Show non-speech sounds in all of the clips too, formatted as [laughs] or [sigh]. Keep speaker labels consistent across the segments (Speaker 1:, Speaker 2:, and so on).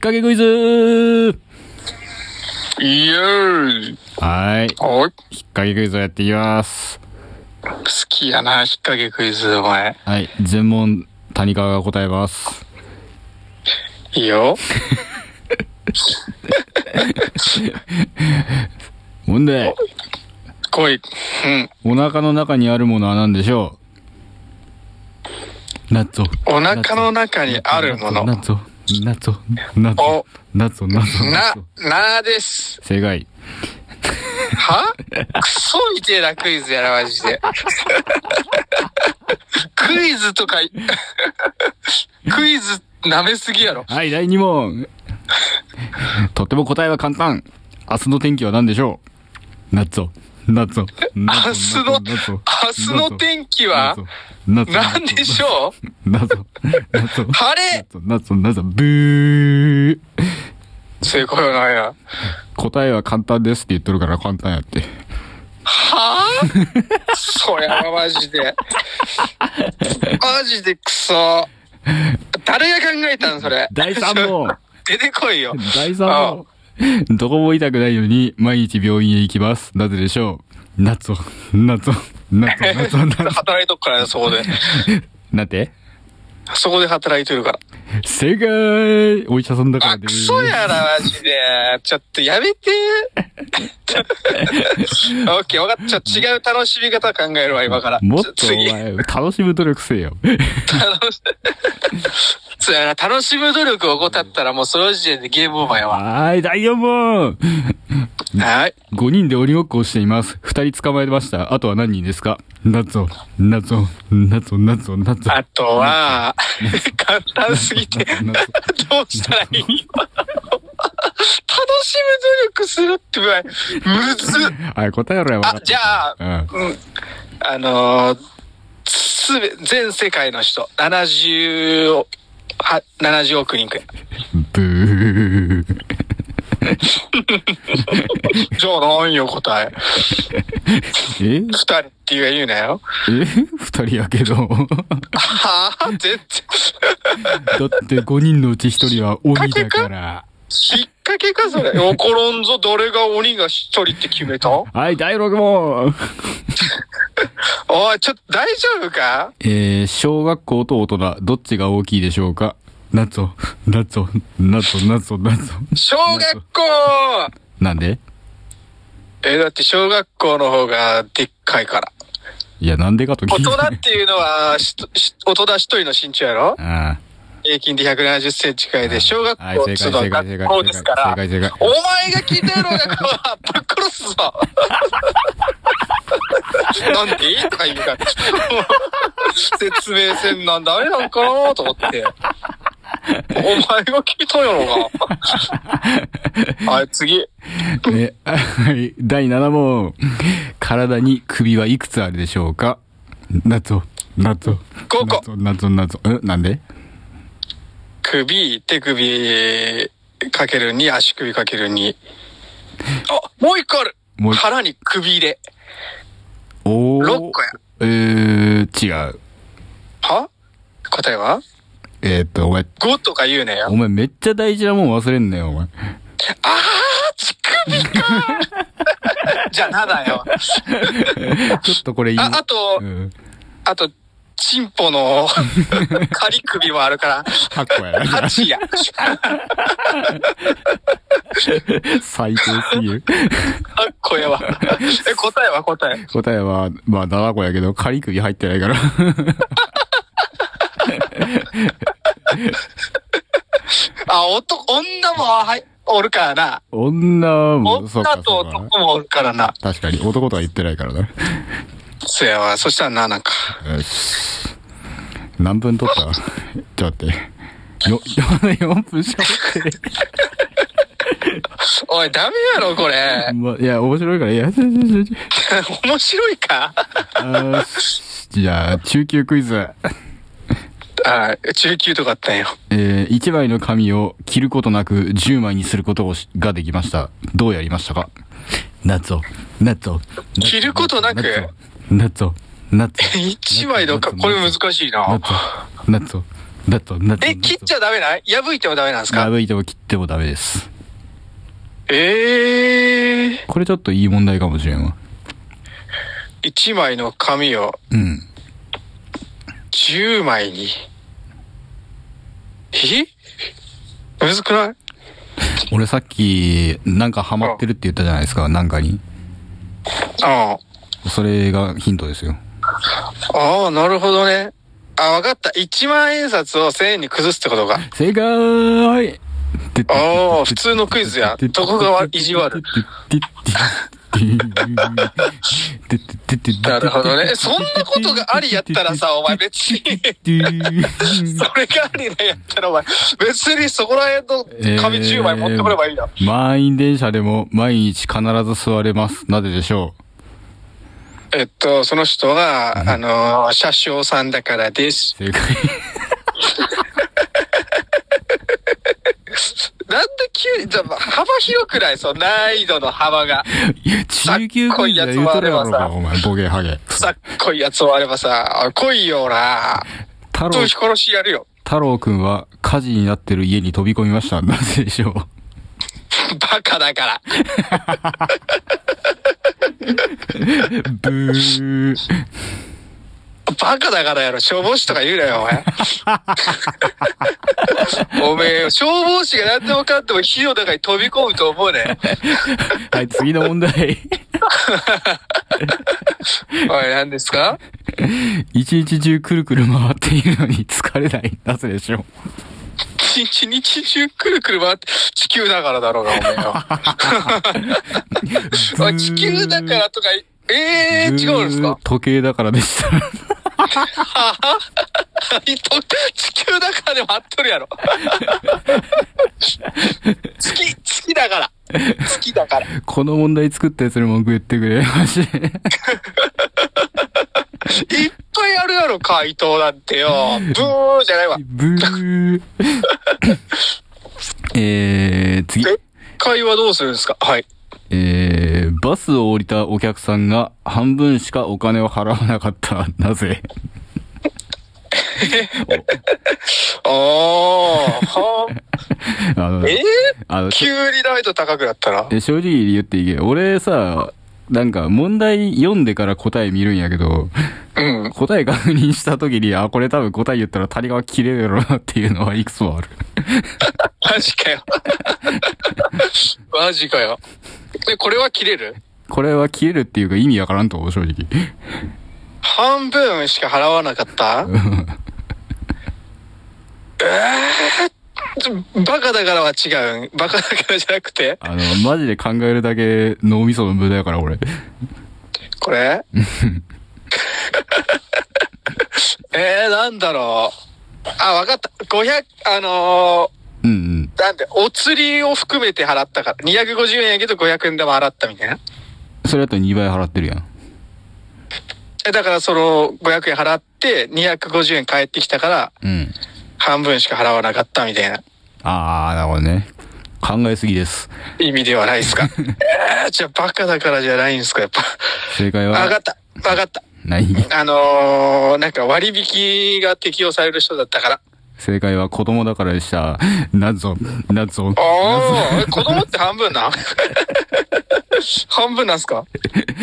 Speaker 1: かけクイズ
Speaker 2: イエーイ
Speaker 1: はーい。
Speaker 2: おい
Speaker 1: 引っ掛けクイズをやっていきます。
Speaker 2: 好きやな、引っ掛けクイズ、お前。
Speaker 1: はい。全問、谷川が答えます。
Speaker 2: いいよ。
Speaker 1: 問題。
Speaker 2: 来い。うん。
Speaker 1: お腹の中にあるものは何でしょうナッツオ。
Speaker 2: お腹の中にあるもの。
Speaker 1: ナ
Speaker 2: な
Speaker 1: ッツオ。ナッツオ。ナッツオ
Speaker 2: お。
Speaker 1: ナッツオ。ナッツオ。ナッツオ、
Speaker 2: なです。
Speaker 1: 正解。
Speaker 2: はクソみてえなクイズやな、マジ [laughs] で。クイズと [laughs] か、クイズ舐めすぎやろ。
Speaker 1: はい、第2問。 [laughs] とっても答えは簡単。明日の天気は何でしょうナッツオ。ナッツオ。明
Speaker 2: 明日の、明日の天気は、なんでしょう
Speaker 1: 謎謎
Speaker 2: 晴 [laughs] れ
Speaker 1: 謎謎ブー
Speaker 2: 正解はなんや。
Speaker 1: 答えは簡単ですって言っとるから簡単やって
Speaker 2: はぁそりゃマジで。マジでクソ。誰が考えたんそれ。
Speaker 1: 第3問
Speaker 2: 出てこいよ。
Speaker 1: 第3問どこも痛くないのに毎日病院へ行きますなぜでしょう夏を夏を夏
Speaker 2: [laughs]
Speaker 1: を夏を夏を
Speaker 2: 働いとくからね、そこで。
Speaker 1: なんて
Speaker 2: そこで働いてるから。
Speaker 1: 正解お医者さんだから
Speaker 2: あ、
Speaker 1: で
Speaker 2: ク
Speaker 1: す
Speaker 2: ソやな、マジで。ちょっとやめて。 [laughs] オッケー、分かった。ちょ違う楽しみ方考えるわ、今から。
Speaker 1: もっ
Speaker 2: ちょ
Speaker 1: とお
Speaker 2: 次。
Speaker 1: 前楽しむ努力せえよ
Speaker 2: 楽しそうやな、楽しむ努力を怠ったらもうその時点でゲームオーバーやわ。
Speaker 1: はーい第4問
Speaker 2: はい。
Speaker 1: 5人で鬼ごっこをしています。2人捕まえました。あとは何人ですか夏を、夏を、夏を、夏を、夏を。
Speaker 2: あとは、簡単すぎて、どうしたらいいの楽しむ努力するってむずっ。
Speaker 1: はい、答えろよ、
Speaker 2: あ、じゃあ、
Speaker 1: あ。
Speaker 2: うん。あのーすべ、全世界の人、70を、は、70億人くらい。
Speaker 1: うん。ブー。
Speaker 2: じゃあ何よ答え。
Speaker 1: え
Speaker 2: 二人って言う言うなよ。
Speaker 1: え ?2 人やけ
Speaker 2: [laughs]
Speaker 1: ど。
Speaker 2: はぁ、全然。
Speaker 1: だって5人のうち1人は鬼だから。
Speaker 2: 引っ掛けか、それ。怒らんぞ、どれが鬼が一人って決めた
Speaker 1: はい、第6問。
Speaker 2: おい、ちょっと大丈夫か
Speaker 1: えー、小学校と大人、どっちが大きいでしょうか夏を、夏を、夏を、夏を、夏を。
Speaker 2: 小学校
Speaker 1: なんで
Speaker 2: え、だって小学校の方がでっかいから。
Speaker 1: いや、なんでかと聞
Speaker 2: 大
Speaker 1: いて。
Speaker 2: 人っていうのは、しとし大人一人の身長やろ
Speaker 1: [laughs] ああ。
Speaker 2: 平均で170センチくらいで、小学校
Speaker 1: はい正解
Speaker 2: その
Speaker 1: 正解正解
Speaker 2: 学校ですから、
Speaker 1: 正
Speaker 2: お
Speaker 1: 解正
Speaker 2: 前が
Speaker 1: 解
Speaker 2: 聞いたのがこう、ぶっ殺すぞ [laughs] なんでとか言うから、もう説明せんなんダメなんかなと思って。お前が聞いたんやろ
Speaker 1: [laughs]
Speaker 2: が。はい、次。
Speaker 1: え、はい。 [laughs] 第7問。体に首はいくつあるでしょうか謎。謎。
Speaker 2: 個
Speaker 1: 謎、謎、謎。え、なんで
Speaker 2: 首、手首かける2、足首かける2。あ、もう一個ある
Speaker 1: もう一個
Speaker 2: 腹に首入れ。
Speaker 1: おー。
Speaker 2: 六個や
Speaker 1: えー、違う。
Speaker 2: は答えは
Speaker 1: えーっと、お前、
Speaker 2: ?5 とか言うねよ
Speaker 1: お。前めっちゃ大事なもん忘れんなよ、お前。
Speaker 2: あー、乳首か
Speaker 1: [laughs]
Speaker 2: じゃあ7よ。
Speaker 1: ちょっとこれいい
Speaker 2: あ、あと
Speaker 1: う、ん。
Speaker 2: あと、チンポ
Speaker 1: [laughs]
Speaker 2: の仮首もあるから、
Speaker 1: 8個や [laughs] な。
Speaker 2: 8や。
Speaker 1: 最低すぎる。
Speaker 2: あっこええわ。え、答えは答え。
Speaker 1: 答えは、まあ7個やけど、仮首入ってないから。
Speaker 2: あ、男、女も、はい、おるからな。
Speaker 1: 女も、そうか
Speaker 2: 女、と
Speaker 1: そうか。
Speaker 2: 男もおるからな。
Speaker 1: 確かに、男とは言ってないからな。
Speaker 2: そやわ。そしたら7か。
Speaker 1: よし。何分撮ったちょっと待って。よ、4分しゃべって。
Speaker 2: おい、ダメやろ、これ。
Speaker 1: ま、いや、面白いから、いや、ちょちょちょちょ
Speaker 2: 面白いか
Speaker 1: あーしじゃあ、中級クイズ。
Speaker 2: あ中級とかあったんよ。
Speaker 1: えー、1枚の紙を切ることなく10枚にすることをしができました。どうやりましたかナッツを、ナッツを。
Speaker 2: 切ることなく
Speaker 1: ナッツを、ナッツを。
Speaker 2: 一枚のか、これ難しいな。
Speaker 1: ナッツを、ナッツを、だと、だと。
Speaker 2: え、切っちゃダメない破いてもダメなんですか
Speaker 1: 破いても切ってもダメです。
Speaker 2: ええ
Speaker 1: これちょっといい問題かもしれんわ。
Speaker 2: ー、1枚の紙を
Speaker 1: うん。
Speaker 2: 10枚に。えむずくない
Speaker 1: 俺さっき、なんかハマってるって言ったじゃないですか、なんかに。
Speaker 2: あ
Speaker 1: それがヒントですよ。
Speaker 2: あ。ああ、なるほどね。あ、わかった。1万円札を1000円に崩すってことか。
Speaker 1: 正解
Speaker 2: ああ、普通のクイズや。どこがわ意地悪。。なるほどね。そんなことがありやったらさ、お前別に。それがありなんやったらお前、別にそこら辺の紙10枚持ってこればいいな。
Speaker 1: 満員電車でも毎日必ず座れます。なぜでしょ
Speaker 2: えっと、その人が、あのー、車掌さんだからです。
Speaker 1: う正解。
Speaker 2: なんで急に、じゃあまあ幅広くないその難易度の幅が。
Speaker 1: 中級クイズで言うとるやろうか、お前、ボゲハゲ。
Speaker 2: さっこいやつをあればさ、来いよな。
Speaker 1: 太郎
Speaker 2: 人、殺しやるよ。
Speaker 1: 太郎くんは火事になってる家に飛び込みました。なぜでしょう
Speaker 2: バカだから。
Speaker 1: ブー。
Speaker 2: [laughs] バカだからやろ。消防士とか言うなよ、お前。おめえ、消防士が何でもかんでも火の中に飛び込むと思うね。
Speaker 1: はい、次の問題。
Speaker 2: おい、何ですか
Speaker 1: [laughs] 一日中くるくる回っているのに疲れない。なぜでしょう
Speaker 2: 一日中くるくる回って、地球だからだろうが、おめえは。おい地球だからとか、ええー、違うんですか
Speaker 1: 時計だからでした。 [laughs]
Speaker 2: いと地球だからでも合っとるやろ。月、月だから。月だから。
Speaker 1: この問題作ったやつに文句言ってくれ。マジ
Speaker 2: [laughs]
Speaker 1: で。
Speaker 2: いっぱいあるやろ、回答なんてよ。ブーじゃないわ。
Speaker 1: ブ
Speaker 2: [laughs]
Speaker 1: ー。えー、次。
Speaker 2: え会話どうするんですかはい。
Speaker 1: えー、バスを降りたお客さんが半分しかお金を払わなかった。なぜ
Speaker 2: あー、は
Speaker 1: あ
Speaker 2: ー
Speaker 1: の、 [laughs]
Speaker 2: え
Speaker 1: あの
Speaker 2: ー、急に難易度高くなったな。
Speaker 1: え正直に言っていいけ俺さ、なんか問題読んでから答え見るんやけど、 [laughs]
Speaker 2: うん。
Speaker 1: 答え確認した時に、あ、これ多分答え言ったら谷川切れるやろなっていうのはいくつもある。
Speaker 2: マジかよ。マジかよ。で、これは切れる
Speaker 1: これは切れるっていうか意味わからんと思う、正直。
Speaker 2: 半分しか払わなかったえー、バカだからは違うん。バカだからじゃなくて、
Speaker 1: あの、マジで考えるだけ脳みその無駄やから、俺。
Speaker 2: これえー、なんだろう。あ、わかった。500、あの
Speaker 1: うんうん。
Speaker 2: ー、なんで、お釣りを含めて払ったから。250円やけど500円玉払ったみたいな。
Speaker 1: それだと2倍払ってるやん。
Speaker 2: えだからその500円払って250円返ってきたから
Speaker 1: うん。
Speaker 2: 半分しか払わなかったみたいな
Speaker 1: あー、なるほどね。考えすぎです。
Speaker 2: 意味ではないですか。えー、じゃあバカだからじゃないんですか、やっぱ。
Speaker 1: 正解
Speaker 2: わか
Speaker 1: は、
Speaker 2: った。わかった。
Speaker 1: ない。
Speaker 2: あのー、なんか割引が適用される人だったから。
Speaker 1: 正解は子供だからでした。謎、謎。
Speaker 2: ああ、子供って半分な [laughs] 半分なんすかあ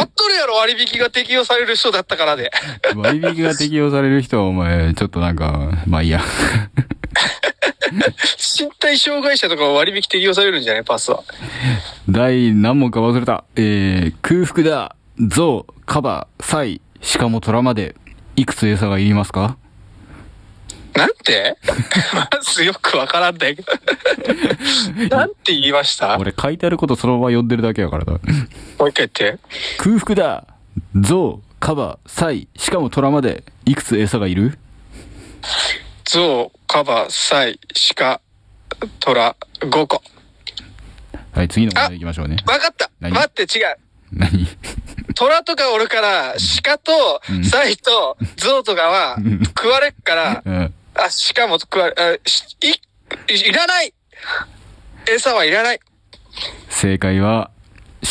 Speaker 2: っとるやろ、割引が適用される人だったからで。
Speaker 1: 割引が適用される人はお前、ちょっとなんか、まあいいや。 [laughs]
Speaker 2: 身体障害者とかは割引適用されるんじゃないパスは。
Speaker 1: 第何問か忘れた。えー、空腹だ、象、カバ、サイ、しかも虎まで、いくつ餌がいりますか
Speaker 2: なん
Speaker 1: [laughs]
Speaker 2: てまずよくわからんだけど。なんて言いましたも
Speaker 1: 俺書いてあることそのまま読んでるだけやからだ。
Speaker 2: う一回言って。
Speaker 1: [laughs] 空腹だ、象、カバ、サイ、しかも虎まで、いくつ餌がいる
Speaker 2: ゾウ、カバ、サイ、シカ、トラ、5個。
Speaker 1: はい、次の問題行きましょうね。
Speaker 2: わかった
Speaker 1: 何
Speaker 2: 待って、違う。
Speaker 1: 何 [laughs]
Speaker 2: 虎とかおるから、鹿と
Speaker 1: ん、
Speaker 2: サイと、ゾウとかは
Speaker 1: ん、
Speaker 2: 食われっから
Speaker 1: う、ん。
Speaker 2: あ、鹿も食われ、あ、しい、いいらない餌はいらない。
Speaker 1: 正解は、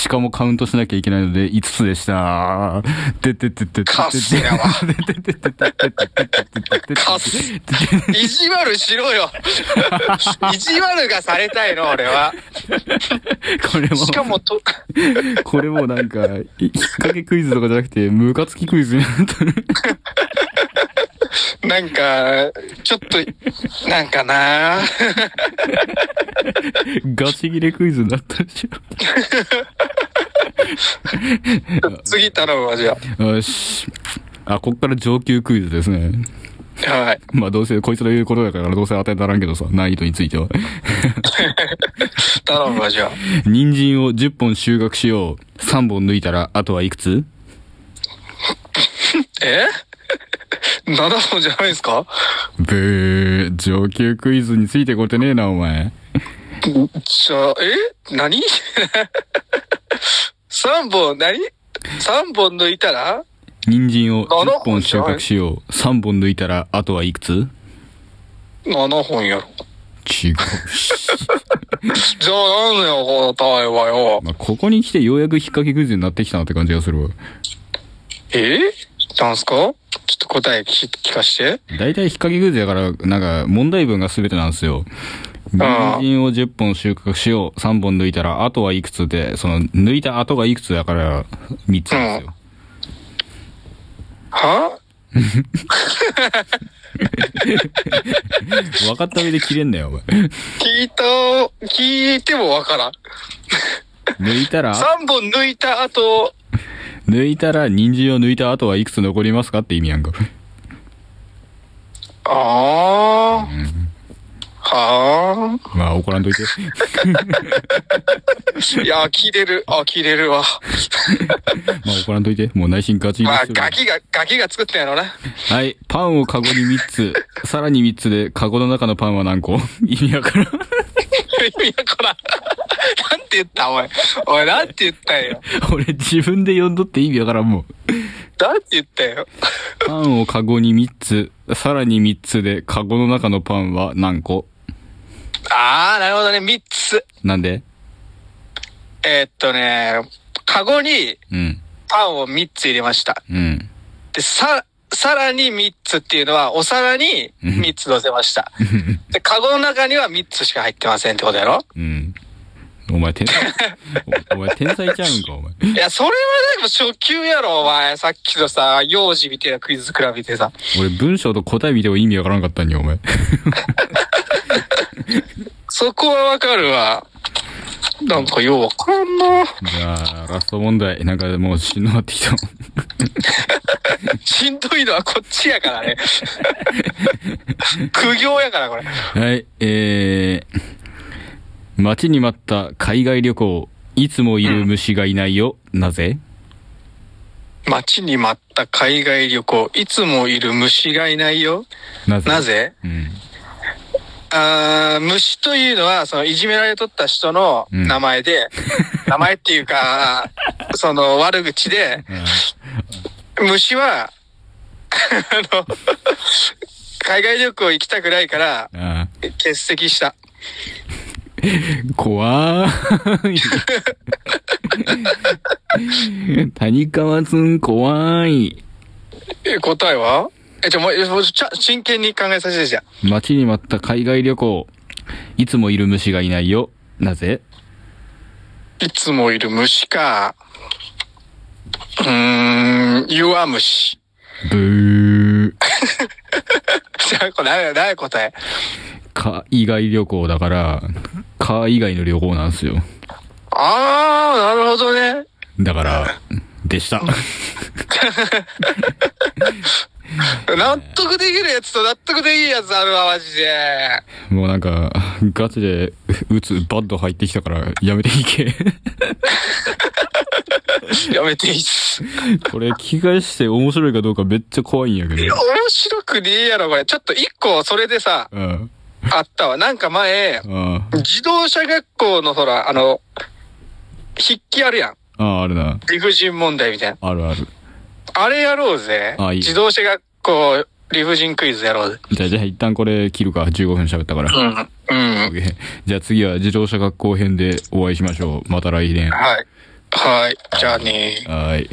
Speaker 1: 鹿もカウントしなきゃいけないので、5つでした。でてててててて
Speaker 2: カスやわ
Speaker 1: でててててててててて
Speaker 2: カス意地悪しろよ意地悪がされたいの、俺は。
Speaker 1: これも、
Speaker 2: しかもと、
Speaker 1: これもなんか、い引っ掛けクイズとかじゃなくて、ムカつきクイズになったね。
Speaker 2: なんか、ちょっと、なんかな
Speaker 1: ガチギレクイズになったでし
Speaker 2: 次頼むわ、じゃ
Speaker 1: ょ。よし。あ、こっから上級クイズですね。
Speaker 2: あ。はい。
Speaker 1: まあどうせこいつの言うことだからどうせ当てにならんけどさ、難易度については。
Speaker 2: 頼むわ、じゃあ。
Speaker 1: 人参を10本収穫しよう。3本抜いたら、あとはいくつ
Speaker 2: え ?7 本じゃないですか
Speaker 1: ブー、上級クイズについてこてねえな、お前。
Speaker 2: じゃあ、え何 ?3 本、何 ?3 本抜いたら
Speaker 1: 人参を
Speaker 2: あの
Speaker 1: 10本収穫しよう。3本抜いたら、あとはいくつ
Speaker 2: ?7 本やろ。
Speaker 1: 違うし。
Speaker 2: じゃあ、なんだよ、この単位はよ。
Speaker 1: まあ、ここに来てようやく引っ掛けクイズになってきたなって感じがするわ。
Speaker 2: えなんすかちょっと答え聞聞かして。
Speaker 1: 大体引っ掛けクイズやから、なんか問題文が全てなんですよ。人
Speaker 2: ああ
Speaker 1: 参を10本収穫しよう。3本抜いたら、あとはいくつで、その、抜いた後がいくつだから、3つなんですよ。
Speaker 2: は
Speaker 1: 分かった上で切れんなよ、お前。
Speaker 2: [laughs] 聞いた、聞いてもわからん。
Speaker 1: 抜いたら、
Speaker 2: 3本抜いた後、
Speaker 1: 抜いたら、人参を抜いた後はいくつ残りますかって意味やんか。
Speaker 2: あー。は
Speaker 1: まあ、怒らんといて。
Speaker 2: ー。いや、聞いてる。あ、聞いてるわ。
Speaker 1: まあ、怒らんといて。もう内心ガチギレ
Speaker 2: まあ、
Speaker 1: してる
Speaker 2: ガキが、ガキが作ってんやろな。
Speaker 1: はい。パンをカゴに3つ。
Speaker 2: [laughs]
Speaker 1: さらに3つで、カゴの中のパンは何個 [laughs] 意味わからん。
Speaker 2: いや、こら。なんて言った、おい。おい、なんて言ったんよ。
Speaker 1: 俺、自分で呼んどって意味わからんもん。
Speaker 2: なんて言ったんよ。
Speaker 1: パンをカゴに3つ。さらに3つで、カゴの中のパンは何個
Speaker 2: あー、なるほどね。3つ。
Speaker 1: なんで
Speaker 2: えーっとね、カゴに
Speaker 1: うん。
Speaker 2: パンを3つ入れました。
Speaker 1: うん。
Speaker 2: で、さ、さらに3つっていうのは、お皿に3つ乗せました。で、カゴの中には3つしか入ってませんってことやろ
Speaker 1: うん。お前、天才、おお前、天才ちゃうんか、お前。
Speaker 2: いや、それはでも初級やろ、お前。さっきのさ、幼児みたいなクイズ比べてさ。
Speaker 1: 俺、文章と答え見ても意味わからんかったんよ、お前。
Speaker 2: そこはわかるわ。なんかようわからんな。
Speaker 1: じゃあ、ラスト問題。なんかもうしんどくなってきた。
Speaker 2: しんどいのはこっちやか
Speaker 1: [laughs]
Speaker 2: らね。苦行やから、これ。
Speaker 1: はい、えー、待ちに待った海外旅行。いつもいる虫がいないよ。なぜ
Speaker 2: 待ちに待った海外旅行。いつもいる虫がいないよ。
Speaker 1: なぜ
Speaker 2: なぜ
Speaker 1: うん。
Speaker 2: あー虫というのは、その、いじめられとった人の
Speaker 1: うん
Speaker 2: 名
Speaker 1: [laughs]
Speaker 2: 前で、名前っていうか、その、悪口で、
Speaker 1: あ
Speaker 2: 虫は、あの、海外旅行行きたくないから、
Speaker 1: ーあ
Speaker 2: 欠席した。
Speaker 1: ー、怖ーい。 [laughs] 谷川くん怖い。
Speaker 2: え、答えはえ、ちょ、もうえもう、ちゃ、真剣に考えさせてじゃん。
Speaker 1: 待ちに待った海外旅行。いつもいる虫がいないよ。なぜ
Speaker 2: いつもいる虫か。うーん、弱虫。 [laughs]
Speaker 1: ブー。
Speaker 2: じゃあ、これ、何何答え
Speaker 1: 海外旅行だから、か以外の旅行なんですよ。
Speaker 2: あー、なるほどね。
Speaker 1: だから、でした。
Speaker 2: 納得できるやつと納得できるやつあるわ、マジで。
Speaker 1: もうなんか、ガチで、打つ、バッド入ってきたから、やめていけ。 [laughs]
Speaker 2: やめていいっす。面
Speaker 1: これ、聞き返して面白いかどうかめっちゃ怖いんやけど。
Speaker 2: 白くねえやろ、これ。ちょっと一個、それでさ、
Speaker 1: うん。
Speaker 2: あったわ。なんか前、
Speaker 1: あ
Speaker 2: 自動車学校の、ほら、あの、筆記あるやん。
Speaker 1: あ、ああ、あるな。
Speaker 2: 理不尽問題みたいな。
Speaker 1: あるある。
Speaker 2: あれやろうぜ。
Speaker 1: あいい
Speaker 2: 自動車学校理不尽クイズやろうぜ。
Speaker 1: じゃあ、じゃあ、一旦これ切るか。15分喋ったから。
Speaker 2: うん。うん。
Speaker 1: OK じゃあ次は自動車学校編でお会いしましょう。また来年。
Speaker 2: はい。
Speaker 3: はい。じゃあね
Speaker 2: はい。